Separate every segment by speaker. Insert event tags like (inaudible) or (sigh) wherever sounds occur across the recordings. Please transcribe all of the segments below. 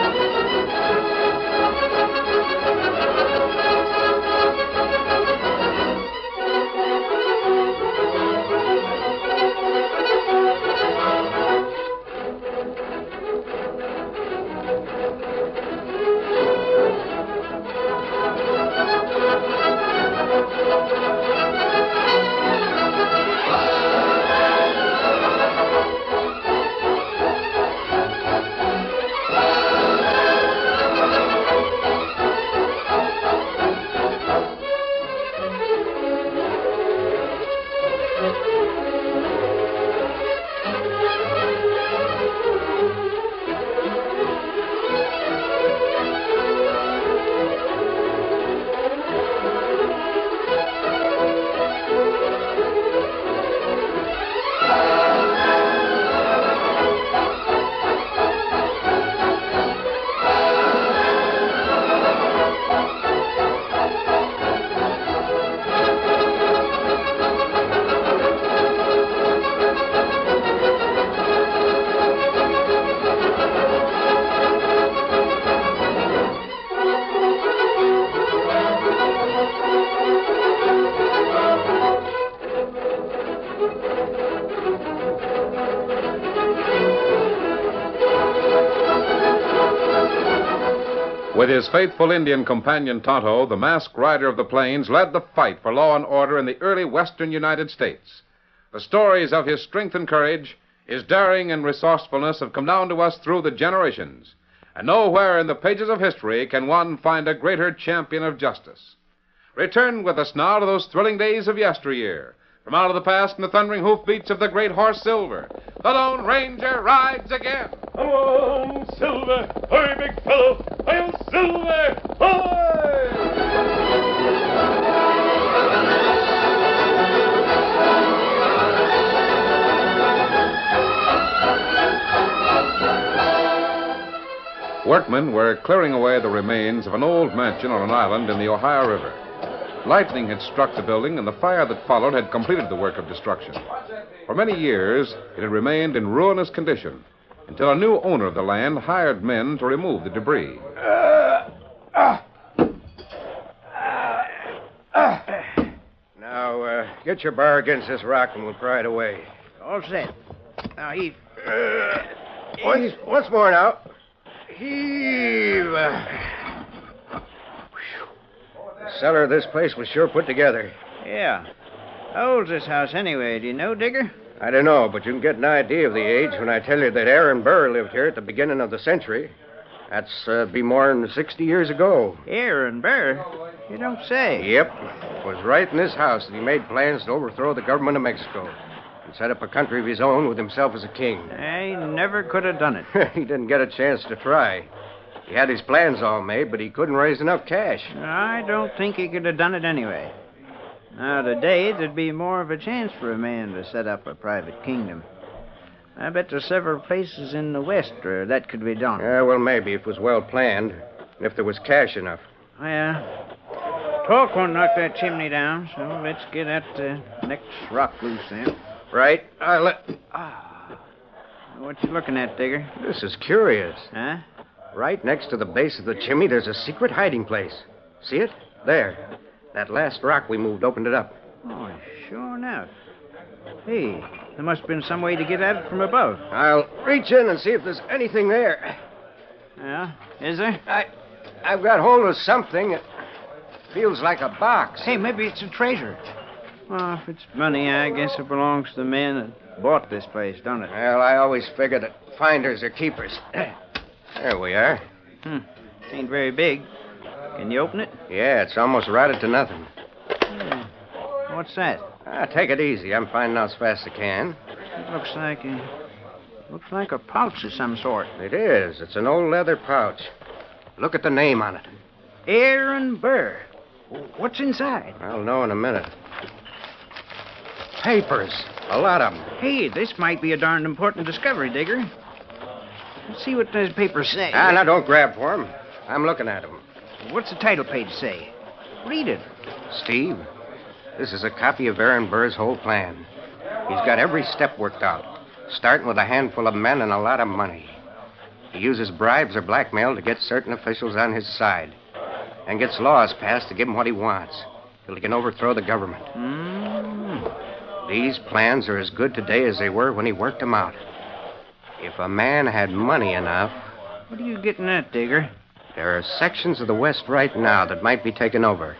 Speaker 1: With his faithful Indian companion Tonto, the masked rider of the plains led the fight for law and order in the early western United States. The stories of his strength and courage, his daring and resourcefulness have come down to us through the generations. And nowhere in the pages of history can one find a greater champion of justice. Return with us now to those thrilling days of yesteryear. From out of the past and the thundering hoofbeats of the great horse Silver, the Lone Ranger rides again.
Speaker 2: Come on, Silver! Hurry, big fellow! Are you Silver? Hoy!
Speaker 1: Workmen were clearing away the remains of an old mansion on an island in the Ohio River. Lightning had struck the building, and the fire that followed had completed the work of destruction. For many years, it had remained in ruinous condition until a new owner of the land hired men to remove the debris.
Speaker 3: Now, uh, get your bar against this rock and we'll pry it away.
Speaker 4: All set. Now heave.
Speaker 3: Once, once Uh, more now. Heave.
Speaker 4: uh,
Speaker 3: The cellar of this place was sure put together.
Speaker 4: Yeah. How old's this house anyway? Do you know, Digger?
Speaker 3: I don't know, but you can get an idea of the age when I tell you that Aaron Burr lived here at the beginning of the century. That's uh, be more than 60 years ago.
Speaker 4: Aaron Burr. You don't say.
Speaker 3: Yep. It was right in this house that he made plans to overthrow the government of Mexico and set up a country of his own with himself as a king. (laughs)
Speaker 4: I never could have done it.
Speaker 3: he didn't get a chance to try. He had his plans all made, but he couldn't raise enough cash.
Speaker 4: I don't think he could have done it anyway. Now, today, there'd be more of a chance for a man to set up a private kingdom. I bet there's several places in the West where that could be done.
Speaker 3: Yeah, well, maybe if it was well planned, and if there was cash enough.
Speaker 4: Yeah. uh, Talk won't knock that chimney down, so let's get that uh, next rock loose then. Ah,
Speaker 3: Right? I let.
Speaker 4: What you looking at, Digger?
Speaker 3: This is curious.
Speaker 4: Huh?
Speaker 3: Right next to the base of the chimney, there's a secret hiding place. See it? There. That last rock we moved opened it up.
Speaker 4: Oh, sure enough. Hey, there must have been some way to get at it from above.
Speaker 3: I'll reach in and see if there's anything there.
Speaker 4: Yeah? Is there?
Speaker 3: I, I've got hold of something. It feels like a box.
Speaker 4: Hey, maybe it's a treasure. Well, if it's money, I guess it belongs to the man that bought this place, don't it?
Speaker 3: Well, I always figure that finders are keepers. (clears throat) there we are.
Speaker 4: Hmm. Ain't very big. Can you open it?
Speaker 3: Yeah, it's almost routed to nothing.
Speaker 4: What What's that?
Speaker 3: Ah, take it easy. I'm finding out as fast as I can.
Speaker 4: It looks like a looks like a pouch of some sort.
Speaker 3: It is. It's an old leather pouch. Look at the name on it.
Speaker 4: Aaron Burr. What's inside?
Speaker 3: I'll know in a minute. Papers. A lot of them.
Speaker 4: Hey, this might be a darned important discovery, Digger. Let's see what those papers say.
Speaker 3: Ah, now don't grab for 'em. I'm looking at 'em.
Speaker 4: What's the title page say? Read it.
Speaker 3: Steve, this is a copy of Aaron Burr's whole plan. He's got every step worked out, starting with a handful of men and a lot of money. He uses bribes or blackmail to get certain officials on his side and gets laws passed to give him what he wants till he can overthrow the government.
Speaker 4: Hmm.
Speaker 3: These plans are as good today as they were when he worked them out. If a man had money enough,
Speaker 4: What are you getting at, Digger?
Speaker 3: there are sections of the West right now that might be taken over.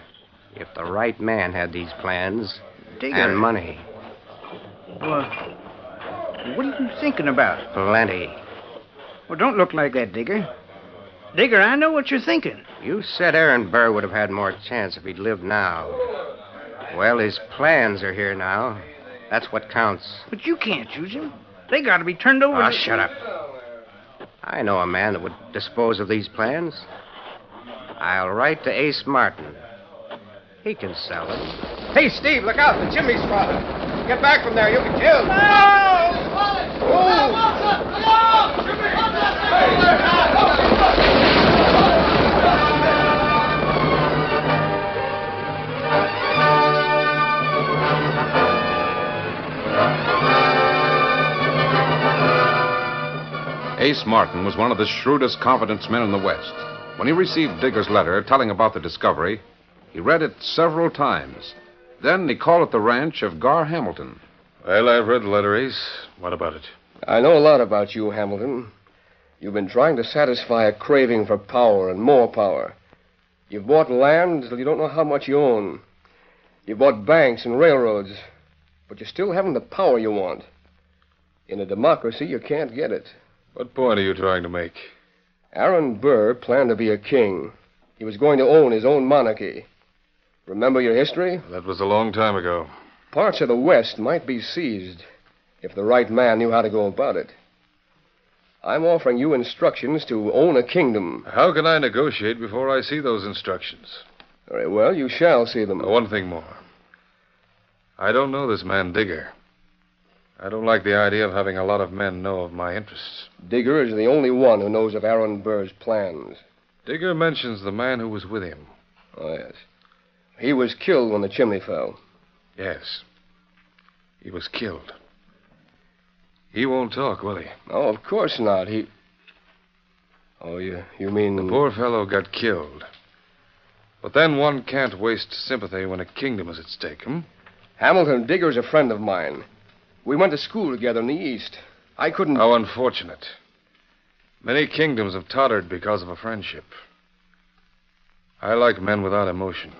Speaker 3: If the right man had these plans
Speaker 4: Digger.
Speaker 3: and money,
Speaker 4: Well, what are you thinking about?
Speaker 3: plenty.
Speaker 4: Well, don't look like that, Digger. Digger, I know what you're thinking.
Speaker 3: You said Aaron Burr would have had more chance if he'd lived now. Well, his plans are here now. That's what counts.
Speaker 4: But you can't choose him. They got to be turned over.
Speaker 3: Oh,
Speaker 4: to-
Speaker 3: shut up. I know a man that would dispose of these plans. I'll write to Ace Martin. He can sell them. Hey, Steve, look out. The chimney's falling. Get back from there. You'll be killed.
Speaker 1: Ace Martin was one of the shrewdest confidence men in the West. When he received Digger's letter telling about the discovery, he read it several times. Then he called at the ranch of Gar Hamilton.
Speaker 5: Well, I've read the letter, Ace. What about it?
Speaker 6: I know a lot about you, Hamilton. You've been trying to satisfy a craving for power and more power. You've bought land till you don't know how much you own. You've bought banks and railroads, but you still haven't the power you want. In a democracy, you can't get it.
Speaker 5: What point are you trying to make?
Speaker 6: Aaron Burr planned to be a king. He was going to own his own monarchy. Remember your history?
Speaker 5: That was a long time ago.
Speaker 6: Parts of the West might be seized if the right man knew how to go about it. I'm offering you instructions to own a kingdom.
Speaker 5: How can I negotiate before I see those instructions?
Speaker 6: Very well, you shall see them.
Speaker 5: One thing more. I don't know this man Digger. I don't like the idea of having a lot of men know of my interests.
Speaker 6: Digger is the only one who knows of Aaron Burr's plans.
Speaker 5: Digger mentions the man who was with him.
Speaker 6: Oh, yes. He was killed when the chimney fell.
Speaker 5: Yes. He was killed. He won't talk, will he?
Speaker 6: Oh, of course not. He. Oh, you, you mean.
Speaker 5: The poor fellow got killed. But then one can't waste sympathy when a kingdom is at stake, hmm?
Speaker 6: Hamilton Digger's a friend of mine. We went to school together in the East. I couldn't.
Speaker 5: How unfortunate. Many kingdoms have tottered because of a friendship. I like men without emotion.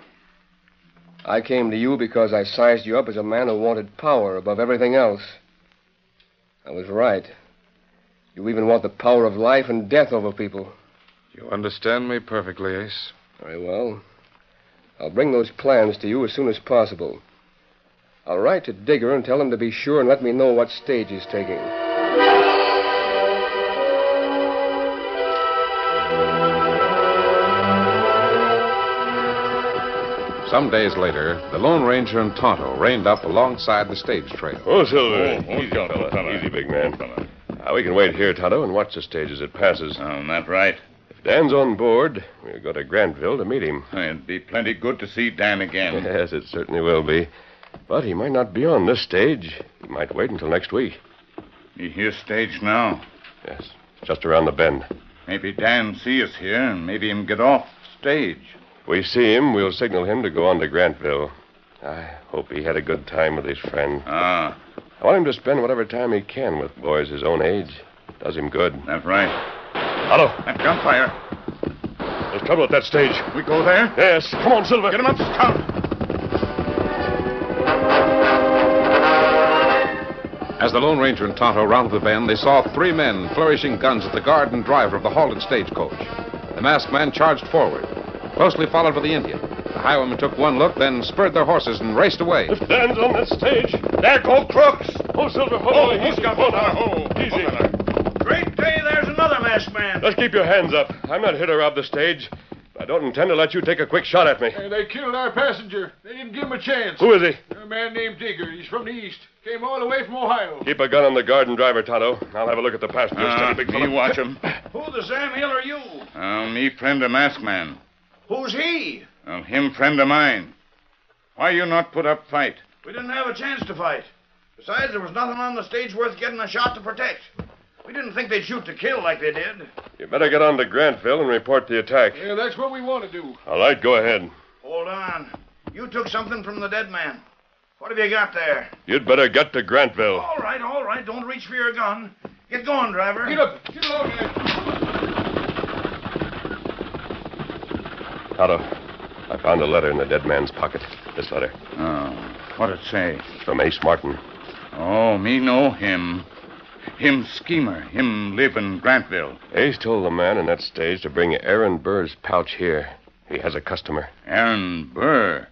Speaker 6: I came to you because I sized you up as a man who wanted power above everything else. I was right. You even want the power of life and death over people.
Speaker 5: You understand me perfectly, Ace.
Speaker 6: Very well. I'll bring those plans to you as soon as possible. I'll write to Digger and tell him to be sure and let me know what stage he's taking.
Speaker 1: Some days later, the Lone Ranger and Tonto reined up alongside the stage trail.
Speaker 7: Oh, Silver. easy, fella. Easy, big man. Uh, we can wait here, Tonto, and watch the stage as it passes.
Speaker 8: Oh, that right.
Speaker 7: If Dan's on board, we'll go to Granville to meet him.
Speaker 8: It'd be plenty good to see Dan again.
Speaker 7: (laughs) Yes, it certainly will be. But he might not be on this stage. He might wait until next week.
Speaker 8: You hear stage now.
Speaker 7: Yes, just around the bend.
Speaker 8: Maybe Dan see us here and maybe him get off stage.
Speaker 7: If we see him, we'll signal him to go on to Grantville. I hope he had a good time with his friend.
Speaker 8: Ah,
Speaker 7: I want him to spend whatever time he can with boys his own age. Does him good.
Speaker 8: that right.
Speaker 7: Otto,
Speaker 8: That gunfire.
Speaker 7: there's trouble at that stage.
Speaker 8: We go there?
Speaker 7: Yes, come on, Silver.
Speaker 8: Get him up, scout.
Speaker 1: As the Lone Ranger and Tonto rounded the bend, they saw three men flourishing guns at the guard and driver of the halted stagecoach. The masked man charged forward, closely followed by the Indian.
Speaker 9: The highwaymen took one look, then spurred their horses and raced away.
Speaker 10: Dan's on that stage. There go crooks. Oh, Silver, hold
Speaker 4: Oh,
Speaker 10: on.
Speaker 4: he's got one on. Oh,
Speaker 10: Easy.
Speaker 4: Great day, there's another masked man.
Speaker 7: Let's keep your hands up. I'm not here to rob the stage. I don't intend to let you take a quick shot at me.
Speaker 11: Hey, they killed our passenger. They didn't give him a chance.
Speaker 7: Who is he?
Speaker 11: A man named Digger. He's from the east. Came all the way from Ohio.
Speaker 7: Keep a gun on the guard and driver, Tonto. I'll have a look at the passenger.
Speaker 12: Ah,
Speaker 7: Steady, big
Speaker 12: me
Speaker 7: fella.
Speaker 12: watch
Speaker 7: (laughs)
Speaker 12: 'em.
Speaker 4: Who the Sam Hill are you?
Speaker 12: Uh, me friend of masked man.
Speaker 4: Who's he?
Speaker 12: Uh, him friend of mine. Why you not put up fight?
Speaker 4: We didn't have a chance to fight. Besides, there was nothing on the stage worth getting a shot to protect. We didn't think they'd shoot to kill like they did.
Speaker 7: You better get on to Grantville and report the attack.
Speaker 11: Yeah, that's what we want to do.
Speaker 7: All right, go ahead.
Speaker 4: Hold on. You took something from the dead man. What have you got there?
Speaker 7: You'd better get to Grantville.
Speaker 4: All right, all right. Don't reach for your gun. Get going, driver. Get
Speaker 11: up. Get along there.
Speaker 7: Tonto, I found a letter in the dead man's pocket. This letter.
Speaker 12: Oh, what it say?
Speaker 7: It's from Ace Martin.
Speaker 12: Oh, me know him. Him schemer. Him live in Grantville.
Speaker 7: Ace told the man in that stage to bring Aaron Burr's pouch here. He has a customer.
Speaker 12: Aaron Burr.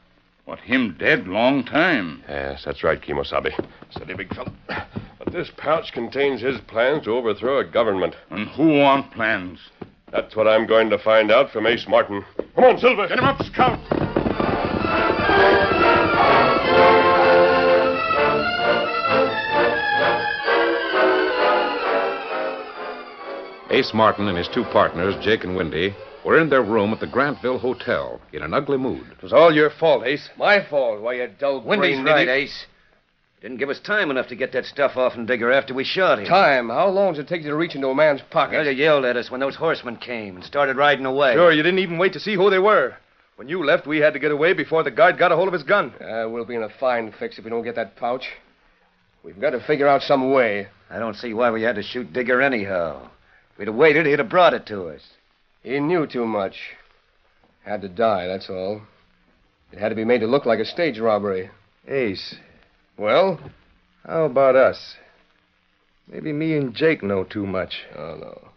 Speaker 12: What him dead long time.
Speaker 7: Yes, that's right, Kimosabe. Steady, big fella. But this pouch contains his plans to overthrow a government.
Speaker 12: And who want plans?
Speaker 7: That's what I'm going to find out from Ace Martin. Come on, Silver.
Speaker 12: Get him up, scout.
Speaker 9: Ace Martin and his two partners, Jake and Windy, were in their room at the Grantville Hotel in an ugly mood.
Speaker 1: It was all your fault, Ace.
Speaker 6: My fault. Why, you dull
Speaker 3: Wendy's
Speaker 6: brain
Speaker 3: right,
Speaker 6: idiot.
Speaker 3: Ace. Didn't give us time enough to get that stuff off and Digger after we shot him.
Speaker 6: Time. How long does it take you to reach into a man's pocket?
Speaker 3: Well, you yelled at us when those horsemen came and started riding away.
Speaker 1: Sure, you didn't even wait to see who they were. When you left, we had to get away before the guard got a hold of his gun.
Speaker 6: Uh, we'll be in a fine fix if we don't get that pouch. We've got to figure out some way.
Speaker 3: I don't see why we had to shoot Digger anyhow. If we'd have waited, he'd have brought it to us.
Speaker 6: He knew too much. Had to die, that's all. It had to be made to look like a stage robbery.
Speaker 1: Ace. Well, how about us? Maybe me and Jake know too much.
Speaker 6: Oh, no.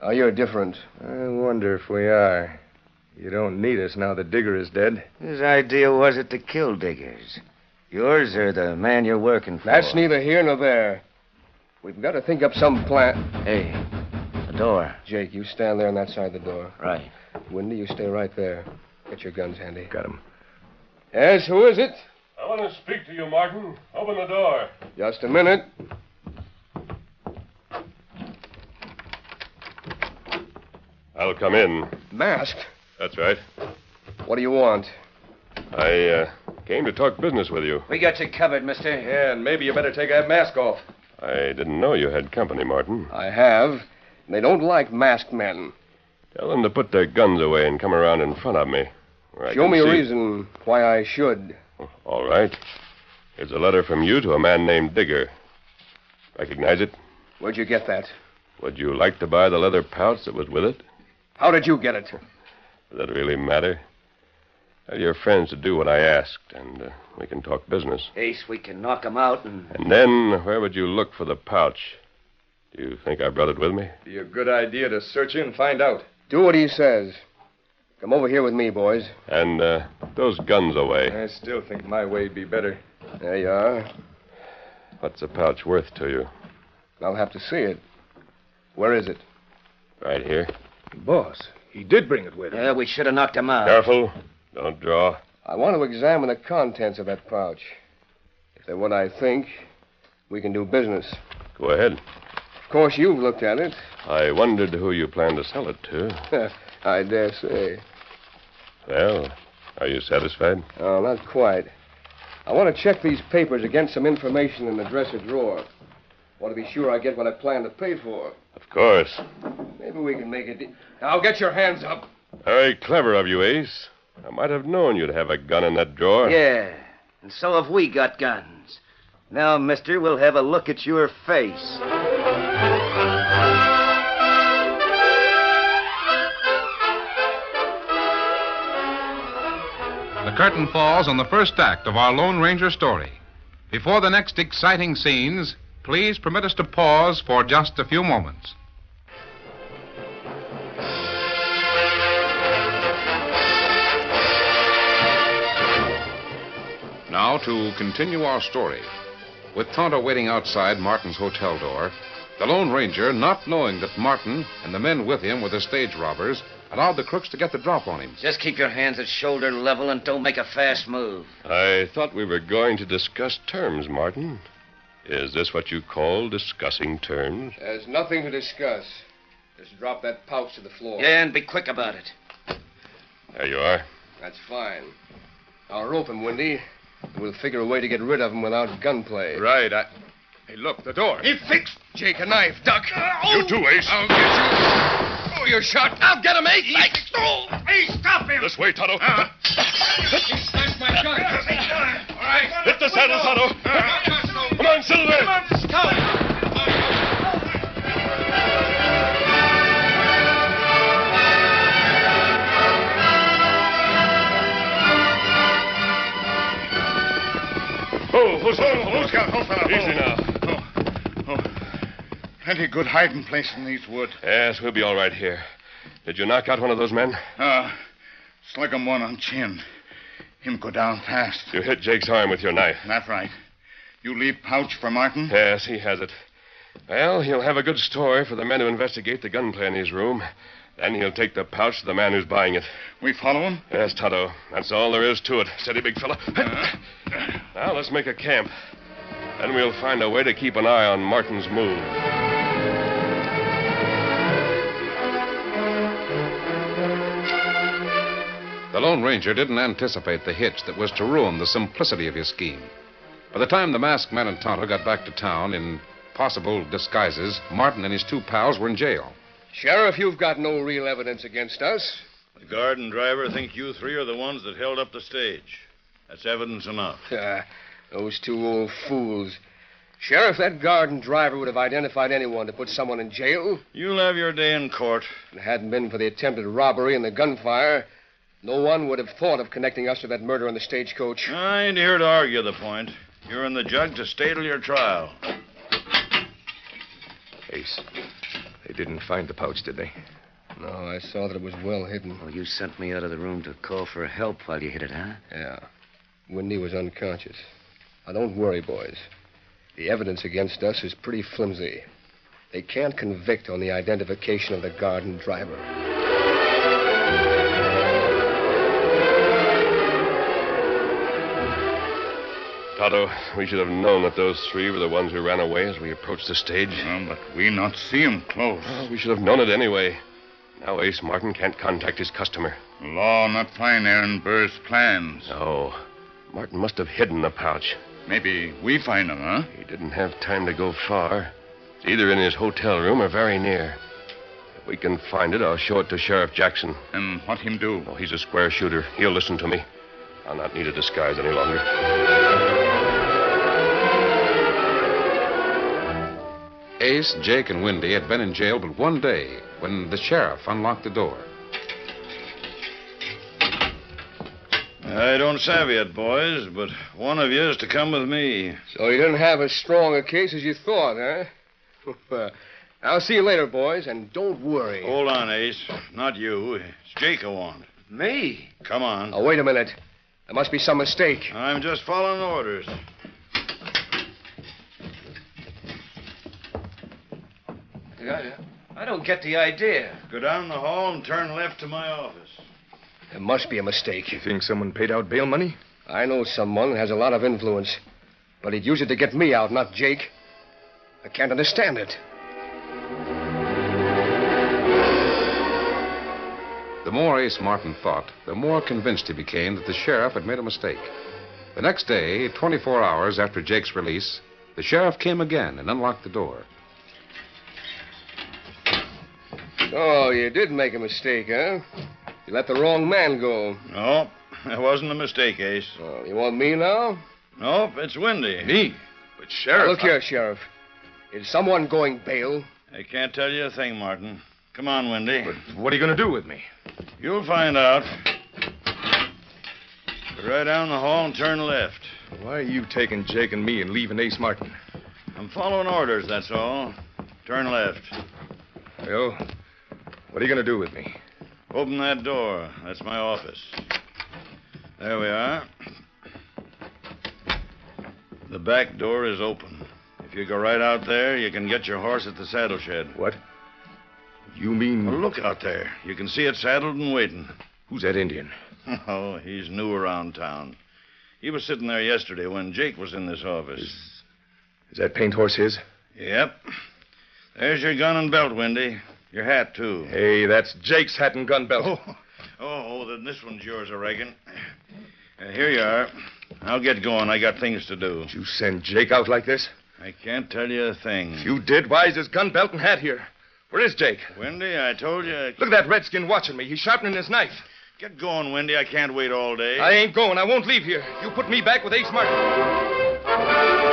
Speaker 6: Oh, you're different.
Speaker 1: I wonder if we are. You don't need us now the digger is dead.
Speaker 3: Whose idea was it to kill Diggers? Yours or the man you're working for?
Speaker 6: That's neither here nor there. We've got to think up some plan.
Speaker 3: Hey, the door.
Speaker 6: Jake, you stand there on that side of the door.
Speaker 3: Right.
Speaker 6: Windy, you stay right there. Get your guns handy.
Speaker 1: Got him.
Speaker 6: Yes, who is it?
Speaker 7: I want to speak to you, Martin. Open the door.
Speaker 6: Just a minute.
Speaker 7: I'll come in.
Speaker 6: Masked.
Speaker 7: That's right.
Speaker 6: What do you want?
Speaker 7: I uh, came to talk business with you.
Speaker 3: We got you covered, mister.
Speaker 1: Yeah, and maybe you better take that mask off.
Speaker 7: I didn't know you had company, Martin.
Speaker 6: I have. They don't like masked men.
Speaker 7: Tell them to put their guns away and come around in front of me. where I
Speaker 6: Show
Speaker 7: can
Speaker 6: me a
Speaker 7: see-
Speaker 6: reason why I should.
Speaker 7: All right. Here's a letter from you to a man named Digger. Recognize it?
Speaker 6: Where'd you get that?
Speaker 7: Would you like to buy the leather pouch that was with it?
Speaker 6: How did you get it?
Speaker 7: Does that really matter? Tell your friends to do what I asked, and uh, we can talk business.
Speaker 3: Ace, we can knock him out and.
Speaker 7: And then, where would you look for the pouch? Do you think I brought it with me?
Speaker 1: Be a good idea to search you and find out.
Speaker 6: Do what he says. Come over here with me, boys.
Speaker 7: And uh, put those guns away.
Speaker 1: I still think my way'd be better.
Speaker 6: There you are.
Speaker 7: What's the pouch worth to you?
Speaker 6: I'll have to see it. Where is it?
Speaker 7: Right here.
Speaker 1: Boss, he did bring it with
Speaker 3: Yeah, we should have knocked him out.
Speaker 7: Careful. Don't draw.
Speaker 6: I want to examine the contents of that pouch. If they're what I think, we can do business.
Speaker 7: Go ahead.
Speaker 6: Of course, you've looked at it.
Speaker 7: I wondered who you planned to sell it to.
Speaker 6: I dare say.
Speaker 7: Well, are you satisfied?
Speaker 6: Oh, not quite. I want to check these papers against some information in the dresser drawer. Want to be sure I get what I plan to pay for.
Speaker 7: Of course.
Speaker 6: Maybe we can make a deal. Now get your hands up.
Speaker 7: Very clever of you, Ace. I might have known you'd have a gun in that drawer.
Speaker 3: Yeah, and so have we got guns. Now, mister, we'll have a look at your face.
Speaker 9: The curtain falls on the first act of our Lone Ranger story. Before the next exciting scenes, please permit us to pause for just a few moments.
Speaker 1: Now, to continue our story. With Tonto waiting outside Martin's hotel door, the Lone Ranger, not knowing that Martin and the men with him were the stage robbers, allowed the crooks to get the drop on him.
Speaker 13: Just keep your hands at shoulder level and don't make a fast move.
Speaker 7: I thought we were going to discuss terms, Martin. Is this what you call discussing terms?
Speaker 6: There's nothing to discuss. Just drop that pouch to the floor.
Speaker 13: Yeah, and be quick about it.
Speaker 7: There you are.
Speaker 6: That's fine. Now rope him, Windy. and We'll figure a way to get rid of him without gunplay.
Speaker 5: Right. I... Hey, look, the door.
Speaker 6: He fixed. Jake, a knife, duck.
Speaker 5: You too, Ace.
Speaker 6: I'll get you. Oh, you're shot. I'll get him, Ace.
Speaker 2: Oh, hey, stop him!
Speaker 5: This way, Tonto. Ah,
Speaker 2: He slashed my gun. All right.
Speaker 5: Hit the saddle, Tonto.
Speaker 7: Ah.
Speaker 5: Come on, Silver. Come on, Oh, who's oh, who's got hold of Easy now.
Speaker 8: Oh, Plenty good hiding place in these woods.
Speaker 7: Yes, we'll be all right here. Did you knock out one of those men?
Speaker 8: Uh, slug him one on chin. Him go down fast.
Speaker 7: You hit Jake's arm with your knife.
Speaker 8: That's right. You leave pouch for Martin?
Speaker 7: Yes, he has it. Well, he'll have a good story for the men who investigate the gunplay in his room. Then he'll take the pouch to the man who's buying it.
Speaker 8: We follow him?
Speaker 7: Yes, Toto. That's all there is to it. Steady, big fella. Now let's make a camp. Then we'll find a way to keep an eye on Martin's move.
Speaker 1: The Lone Ranger didn't anticipate the hitch that was to ruin the simplicity of his scheme. By the time the masked man and Tonto got back to town in possible disguises, Martin and his two pals were in jail.
Speaker 6: Sheriff, you've got no real evidence against us.
Speaker 12: The guard and driver think you three are the ones that held up the stage. That's evidence enough.
Speaker 6: Ah, those two old fools. Sheriff, that garden driver would have identified anyone to put someone in jail.
Speaker 12: You'll have your day in court.
Speaker 6: If it hadn't been for the attempted robbery and the gunfire, no one would have thought of connecting us to that murder on the stagecoach.
Speaker 12: I ain't here to argue the point. You're in the judge to stay till your trial.
Speaker 14: Ace, they didn't find the pouch, did they?
Speaker 6: No, I saw that it was well hidden.
Speaker 13: Well, you sent me out of the room to call for help while you hit it, huh?
Speaker 6: Yeah. Windy was unconscious. Now, don't worry, boys. The evidence against us is pretty flimsy. They can't convict on the identification of the garden driver.
Speaker 7: Toto, we should have known that those three were the ones who ran away as we approached the stage.
Speaker 8: but we not see him close.
Speaker 7: Ah, we should have known it anyway. Now Ace Martin can't contact his customer.
Speaker 8: Law not fine Aaron Burr's plans.
Speaker 7: No. Martin must have hidden the pouch.
Speaker 8: Maybe we find him, huh?
Speaker 7: He didn't have time to go far. It's either in his hotel room or very near. If we can find it, I'll show it to Sheriff Jackson.
Speaker 8: And what him do?
Speaker 7: Oh, he's a square shooter. He'll listen to me. I'll not need a disguise any longer.
Speaker 1: Ace, Jake, and Windy had been in jail but one day when the sheriff unlocked the door.
Speaker 12: I don't savvy it, boys, but one of you is to come with me.
Speaker 6: So Oh, you didn't have as strong a case as you thought, (laughs) huh? I'll see you later, boys, and don't worry.
Speaker 13: Oh.
Speaker 12: Hold on, Ace. Not you. It's Jake I want.
Speaker 6: Me?
Speaker 12: Come on.
Speaker 6: Now, wait a minute. There must be some mistake.
Speaker 12: I'm just following orders.
Speaker 13: I, I don't get the idea.
Speaker 12: Go down the hall and turn left to my office.
Speaker 6: There must be a mistake.
Speaker 14: You think someone paid out bail money?
Speaker 6: I know someone that has a lot of influence, but he'd use it to get me out, not Jake. I can't understand it.
Speaker 1: The more Ace Martin thought, the more convinced he became that the sheriff had made a mistake. The next day, 24 hours after Jake's release, the sheriff came again and unlocked the door.
Speaker 6: Oh, you did make a mistake, huh? You let the wrong man go.
Speaker 12: (laughs) No, that wasn't a mistake, Ace.
Speaker 6: Oh, you want me now?
Speaker 12: Nope, it's Windy.
Speaker 5: Me? But, Sheriff.
Speaker 6: Look here, Sheriff. Is someone going bail?
Speaker 12: I can't tell you a thing, Martin. Come on, Windy.
Speaker 14: What are you going to do with me?
Speaker 12: You'll find out. Go right down the hall and turn left.
Speaker 14: Why are you taking Jake and me and leaving Ace Martin?
Speaker 12: I'm following orders, that's all. Turn left.
Speaker 14: Well, what are you going to do with me?
Speaker 12: Open that door. That's my office. There we are. The back door is open. If you go right out there, you can get your horse at the saddle shed.
Speaker 1: What? You mean.
Speaker 12: Well, look out there. You can see it saddled and waiting.
Speaker 1: Who's that Indian?
Speaker 12: (laughs) Oh, he's new around town. He was sitting there yesterday when Jake was in this office.
Speaker 1: Is that paint horse his?
Speaker 12: Yep. There's your gun and belt, Wendy. Your hat, too.
Speaker 1: Hey, that's Jake's hat and gun belt.
Speaker 12: Oh, oh, then this one's yours, I reckon. Uh, here you are. I'll get going. I got things to do.
Speaker 1: Did you send Jake out like this?
Speaker 12: I can't tell you a thing.
Speaker 1: If you did, why is his gun belt and hat here? Where is Jake?
Speaker 12: Wendy, I told you. I...
Speaker 1: Look at that redskin watching me. He's sharpening his knife.
Speaker 12: Get going, Wendy. I can't wait all day.
Speaker 1: I ain't going. I won't leave here. You put me back with Ace Martin.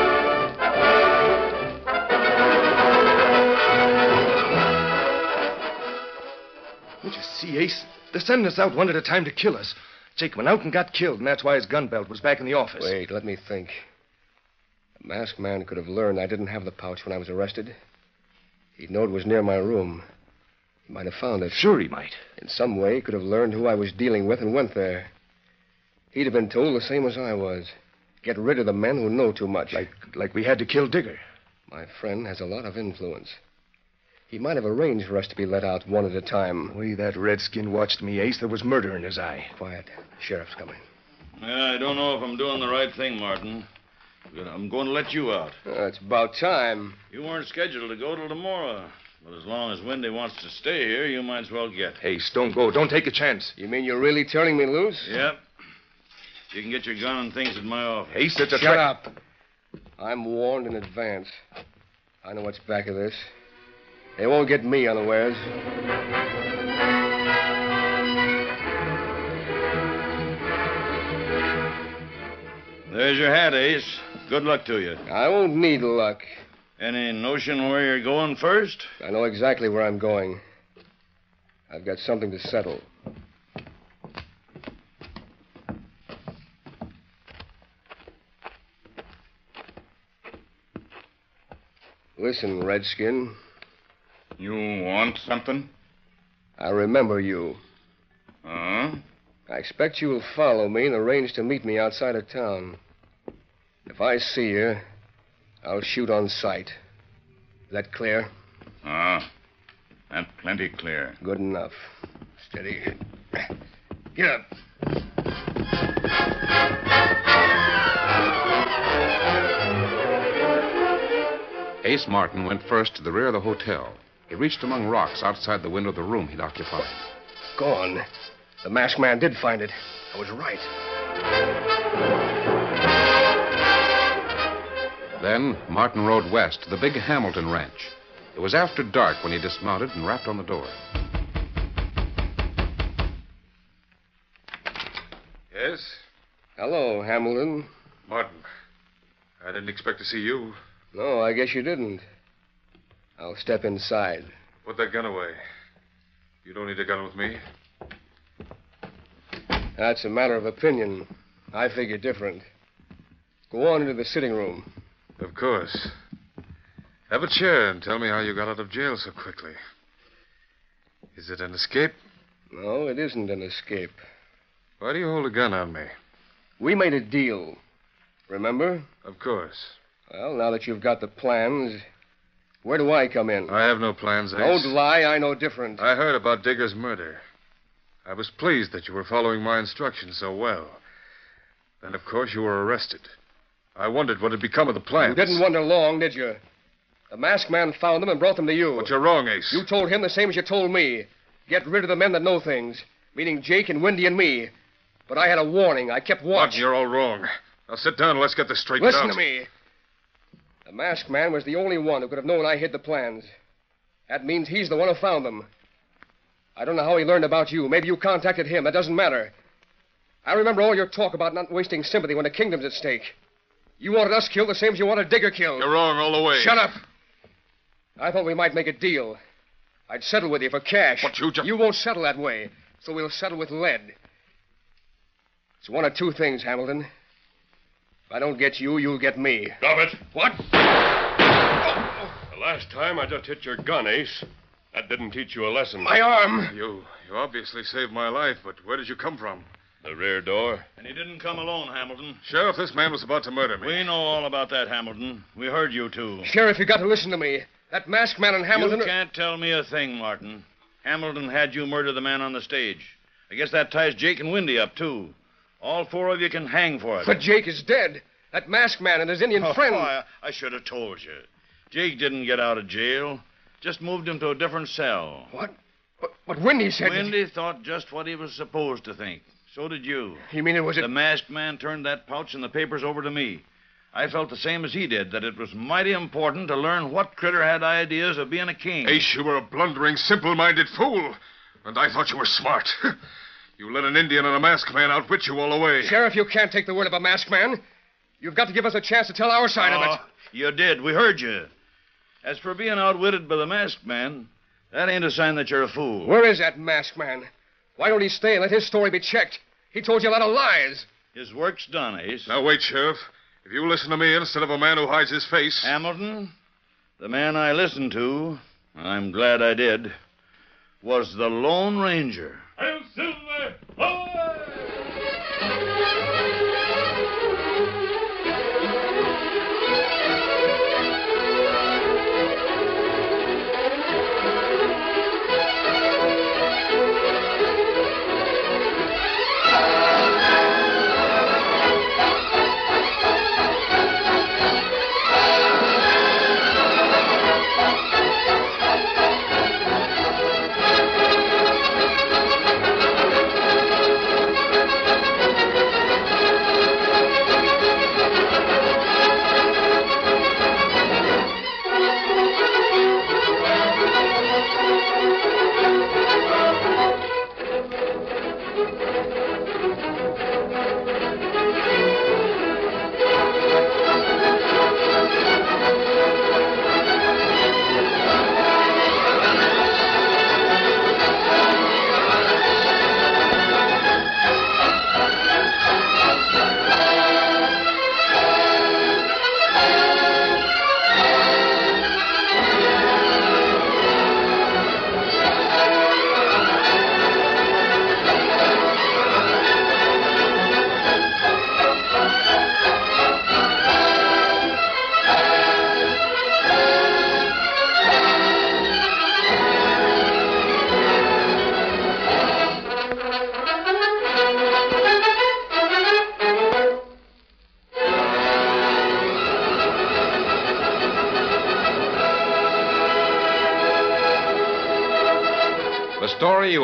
Speaker 1: Did you see, Ace? They're sending us out one at a time to kill us. Jake went out and got killed, and that's why his gun belt was back in the office.
Speaker 6: Wait, let me think. The masked man could have learned I didn't have the pouch when I was arrested. He'd know it was near my room. He might have found it.
Speaker 1: Sure, he might.
Speaker 6: In some way, he could have learned who I was dealing with and went there. He'd have been told the same as I was. Get rid of the men who know too much.
Speaker 1: Like, like we had to kill Digger.
Speaker 6: My friend has a lot of influence. He might have arranged for us to be let out one at a time.
Speaker 1: The way that redskin watched me, Ace, there was murder in his eye.
Speaker 6: Quiet. The sheriff's coming.
Speaker 12: Yeah, Uh, I don't know if I'm doing the right thing, Martin. I'm going to let you out.
Speaker 6: Uh, it's about time.
Speaker 12: You weren't scheduled to go till tomorrow. But as long as Wendy wants to stay here, you might as well get.
Speaker 1: Ace, don't go. Don't take a chance.
Speaker 6: You mean you're really turning me loose?
Speaker 12: Yep. You can get your gun and things at my office.
Speaker 1: Ace, it's a
Speaker 6: Shut up. I'm warned in advance. I know what's back of this. They won't get me unawares.
Speaker 12: There's your hat, Ace. Good luck to you.
Speaker 6: I won't need luck.
Speaker 12: Any notion where you're going first?
Speaker 6: I know exactly where I'm going. I've got something to settle. Listen, Redskin.
Speaker 15: You want something?
Speaker 6: I remember you.
Speaker 15: Huh?
Speaker 6: I expect you'll follow me and arrange to meet me outside of town. If I see you, I'll shoot on sight. Is that clear?
Speaker 15: Ah, that's plenty clear.
Speaker 6: Good enough. (clears throat)
Speaker 15: Steady. Get up.
Speaker 16: Ace Martin went first to the rear of the hotel. He reached among rocks outside the window of the room he'd occupied.
Speaker 6: Gone. The masked man did find it. I was right.
Speaker 16: Then Martin rode west to the big Hamilton ranch. It was after dark when he dismounted and rapped on the door.
Speaker 1: Yes?
Speaker 6: Hello, Hamilton.
Speaker 1: Martin, I didn't expect to see you.
Speaker 6: No, I guess you didn't. I'll step inside.
Speaker 1: Put that gun away. You don't need a gun with me.
Speaker 6: That's a matter of opinion. I figure different. Go on into the sitting room.
Speaker 1: Of course. Have a chair and tell me how you got out of jail so quickly. Is it an escape?
Speaker 6: No, it isn't an escape.
Speaker 1: Why do you hold a gun on me?
Speaker 6: We made a deal. Remember?
Speaker 1: Of course.
Speaker 6: Well, now that you've got the plans, where do I come in?
Speaker 1: Uh, I have no plans, Ace.
Speaker 6: Don't lie. I know different.
Speaker 1: I heard about Digger's murder. I was pleased that you were following my instructions so well. Then, of course, you were arrested. I wondered what had become of the plans.
Speaker 6: You didn't wonder long, did you? The masked man found them and brought them to you.
Speaker 1: But you're wrong, Ace.
Speaker 6: You told him the same as you told me. Get rid of the men that know things, meaning Jake and Wendy and me. But I had a warning. I kept watch.
Speaker 1: Martin, you're all wrong. Now sit down and let's get this straightened
Speaker 6: Listen
Speaker 1: out.
Speaker 6: to me. The masked man was the only one who could have known I hid the plans. That means he's the one who found them. I don't know how he learned about you. Maybe you contacted him. That doesn't matter. I remember all your talk about not wasting sympathy when the kingdom's at stake. You wanted us killed the same as you wanted Digger killed.
Speaker 1: You're wrong all the way. (clears throat)
Speaker 6: Shut up. I thought we might make a deal. I'd settle with you for cash.
Speaker 1: But you just...
Speaker 6: You won't settle that way, so we'll settle with lead. It's one of two things, Hamilton. If I don't get you, you'll get me.
Speaker 7: Stop it.
Speaker 1: What?
Speaker 7: The last time I just hit your gun, Ace. That didn't teach you a lesson.
Speaker 1: My arm. You you obviously saved my life, but where did you come from?
Speaker 7: The rear door?
Speaker 12: And he didn't come alone, Hamilton.
Speaker 14: Sheriff, this man was about to murder me.
Speaker 12: We know all about that, Hamilton. We heard you two.
Speaker 6: Sheriff, you got to listen to me. That masked man and Hamilton. uh,
Speaker 12: You can't tell me a thing, Martin. Hamilton had you murder the man on the stage. I guess that ties Jake and Windy up, too. All four of you can hang for it.
Speaker 6: But Jake is dead. That masked man and his Indian
Speaker 12: oh,
Speaker 6: friend.
Speaker 12: Oh, I, I should have told you. Jake didn't get out of jail. Just moved him to a different cell.
Speaker 6: What? But, but Windy said.
Speaker 12: Windy thought just what he was supposed to think. So did you.
Speaker 6: You mean it was
Speaker 12: The masked man turned that pouch and the papers over to me. I felt the same as he did, that it was mighty important to learn what critter had ideas of being a king.
Speaker 14: Ace, you were a blundering, simple minded fool. And I thought you were
Speaker 1: (laughs)
Speaker 14: smart. you let an Indian and a masked man outwit you all the way.
Speaker 6: Sheriff, you can't take the word of a masked man. You've got to give us a chance to tell our side
Speaker 12: oh,
Speaker 6: of it.
Speaker 12: You did. We heard you. As for being outwitted by the masked man, that ain't a sign that you're a fool.
Speaker 6: Where is that masked man? Why don't he stay and let his story be checked? He told you a lot of lies.
Speaker 12: His work's done, Ace.
Speaker 14: Now, wait, Sheriff. If you listen to me instead of a man who hides his face.
Speaker 12: Hamilton, the man I listened to, I'm glad I did, was the Lone Ranger.
Speaker 2: Hail Silver! Hooray!
Speaker 1: The story you